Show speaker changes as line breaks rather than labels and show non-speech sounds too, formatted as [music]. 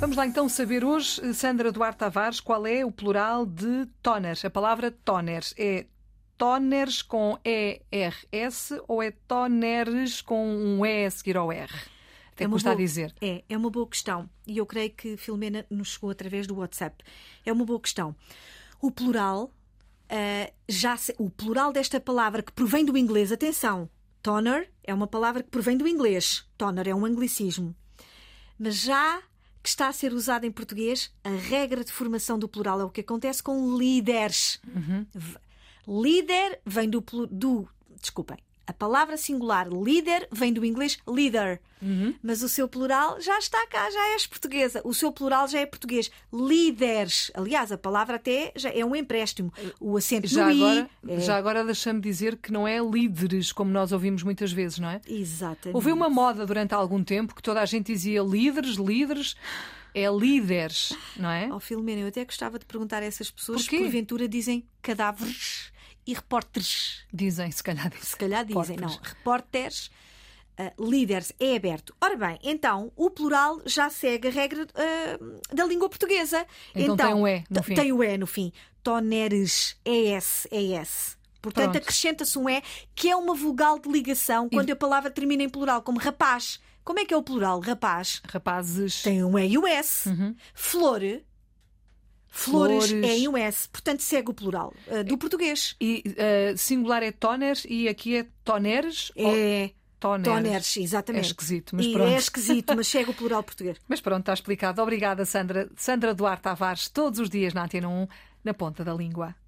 Vamos lá então saber hoje, Sandra Duarte Tavares, qual é o plural de toners? A palavra toners é toners com ERS ou é toneres com um E a seguir ao R? Até
É uma
custa a
boa-
dizer.
É, é uma boa questão. E eu creio que Filomena nos chegou através do WhatsApp. É uma boa questão. O plural, ah, já se- o plural desta palavra que provém do inglês, atenção, toner é uma palavra que provém do inglês. Toner é um anglicismo. Mas já que está a ser usada em português, a regra de formação do plural é o que acontece com líderes. V- Líder vem do, plu- do. Desculpem. A palavra singular líder vem do inglês leader. Mas o seu plural já está cá, já és portuguesa. O seu plural já é português. Líderes. Aliás, a palavra até já é um empréstimo. O acento
Já
no
agora,
i. é-
já agora deixa-me dizer que não é líderes, como nós ouvimos muitas vezes, não é?
Exatamente.
Houve uma moda durante algum tempo que toda a gente dizia líderes, líderes, é líderes, não é?
Ó Oh, Filomena, eu até gostava de perguntar a essas pessoas
Porquê?
se porventura dizem cadáveres e repórteres.
Dizem, se calhar dizem.
Se calhar dizem,
Repórteres.
não, repórteres, ah, líderes, é aberto. Ora bem, então, o plural já segue a regra ah, da língua portuguesa.
Então tem um E no
t-
fim.
Tem o E no fim. Toneres, ES, ES. Portanto,
Pronto.
acrescenta-se um E, que é uma vogal de ligação quando a palavra termina em plural, como rapaz. Como é que é o plural? Rapaz.
Rapazes,
Tem um E e um S. Flor.
Uhum.
Flores,
Flores. É.
é e um S. Portanto, segue o plural ah, do português.
E eh, singular é toners e aqui é toneres ou
É.
toneres.
Toners, exatamente.
É esquisito, mas
E
pronto.
É esquisito, mas chega
[laughs]
o plural português.
Mas pronto, está explicado. Obrigada, Sandra. Sandra Duarte Tavares, todos os dias um, na Antena 1, na ponta da língua.